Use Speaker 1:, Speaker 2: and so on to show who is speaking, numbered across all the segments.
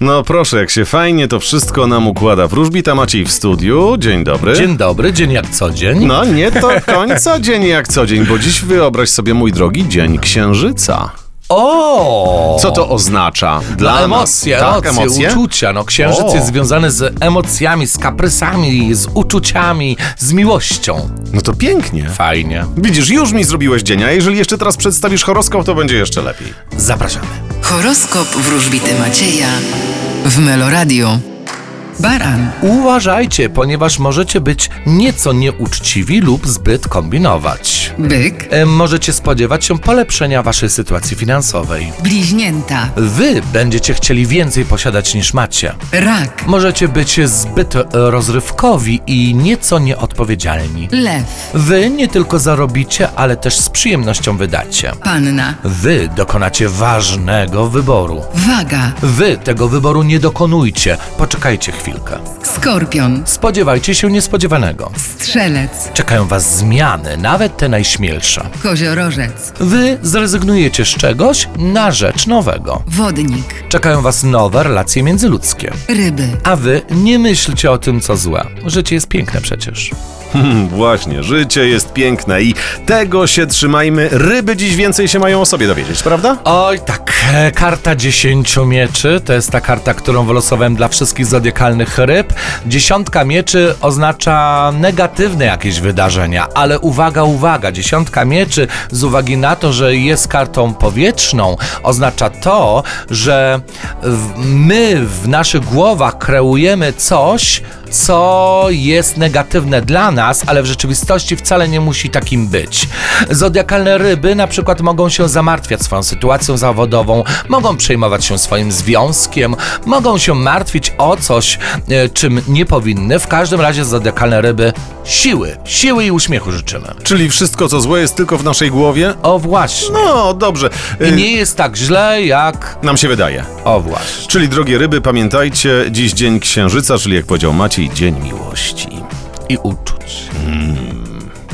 Speaker 1: No proszę, jak się fajnie to wszystko nam układa. Wróżbita Maciej w studiu. Dzień dobry.
Speaker 2: Dzień dobry, dzień jak co dzień.
Speaker 1: No nie do końca dzień jak co dzień, bo dziś wyobraź sobie, mój drogi, Dzień Księżyca.
Speaker 2: O!
Speaker 1: Co to oznacza dla
Speaker 2: No,
Speaker 1: nas?
Speaker 2: emocje,
Speaker 1: tak,
Speaker 2: emocje,
Speaker 1: emocje?
Speaker 2: uczucia. No, księżyc
Speaker 1: O.
Speaker 2: jest związany z emocjami, z kaprysami, z uczuciami, z miłością.
Speaker 1: No to pięknie.
Speaker 2: Fajnie.
Speaker 1: Widzisz, już mi zrobiłeś dzień, a jeżeli jeszcze teraz przedstawisz horoskop, to będzie jeszcze lepiej.
Speaker 2: Zapraszamy.
Speaker 3: Horoskop wróżbity Macieja w Meloradio. Baran,
Speaker 2: Uważajcie, ponieważ możecie być nieco nieuczciwi lub zbyt kombinować.
Speaker 3: byk,
Speaker 2: E, Możecie spodziewać się polepszenia waszej sytuacji finansowej.
Speaker 3: bliźnięta,
Speaker 2: Wy będziecie chcieli więcej posiadać niż macie.
Speaker 3: rak,
Speaker 2: Możecie być zbyt e, rozrywkowi i nieco nieodpowiedzialni.
Speaker 3: lew,
Speaker 2: Wy nie tylko zarobicie, ale też z przyjemnością wydacie.
Speaker 3: panna,
Speaker 2: Wy dokonacie ważnego wyboru.
Speaker 3: waga,
Speaker 2: Wy tego wyboru nie dokonujcie, poczekajcie chwilkę.
Speaker 3: skorpion,
Speaker 2: Spodziewajcie się niespodziewanego.
Speaker 3: strzelec,
Speaker 2: Czekają Was zmiany, nawet te najśmielsze.
Speaker 3: koziorożec,
Speaker 2: Wy zrezygnujecie z czegoś na rzecz nowego.
Speaker 3: wodnik,
Speaker 2: Czekają Was nowe relacje międzyludzkie.
Speaker 3: ryby.
Speaker 2: A Wy nie myślcie o tym, co złe. Życie jest piękne przecież.
Speaker 1: Hmm, właśnie, życie jest piękne i tego się trzymajmy. Ryby dziś więcej się mają o sobie dowiedzieć, prawda?
Speaker 2: Oj, tak. e, Karta dziesięciu mieczy to jest ta karta, którą wylosowałem dla wszystkich zodiakalnych ryb. Dziesiątka mieczy oznacza negatywne jakieś wydarzenia, ale uwaga, uwaga, dziesiątka mieczy z uwagi na to, że jest kartą powietrzną, oznacza to, że w- my w naszych głowach kreujemy coś, co jest negatywne dla nas, ale w rzeczywistości wcale nie musi takim być. Zodiakalne ryby na przykład mogą się zamartwiać swoją sytuacją zawodową, mogą przejmować się swoim związkiem, mogą się martwić o coś, e, czym nie powinny. W każdym razie zodiakalne ryby siły, siły i uśmiechu życzymy.
Speaker 1: Czyli wszystko, co złe, jest tylko w naszej głowie?
Speaker 2: O właśnie.
Speaker 1: No, dobrze.
Speaker 2: I
Speaker 1: Y,
Speaker 2: nie jest tak źle jak...
Speaker 1: Nam się wydaje.
Speaker 2: O właśnie.
Speaker 1: Czyli, drogie ryby, pamiętajcie, dziś Dzień Księżyca, czyli jak powiedział Maciej, Dzień Miłości.
Speaker 2: I uczuć. Hmm.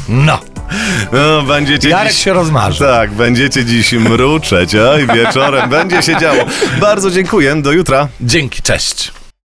Speaker 2: No.
Speaker 1: No, będziecie
Speaker 2: Jarek
Speaker 1: dziś...
Speaker 2: się rozmarzy.
Speaker 1: Tak, będziecie dziś mruczeć, oj, wieczorem będzie się działo. Bardzo dziękuję, do jutra.
Speaker 2: Dzięki, cześć.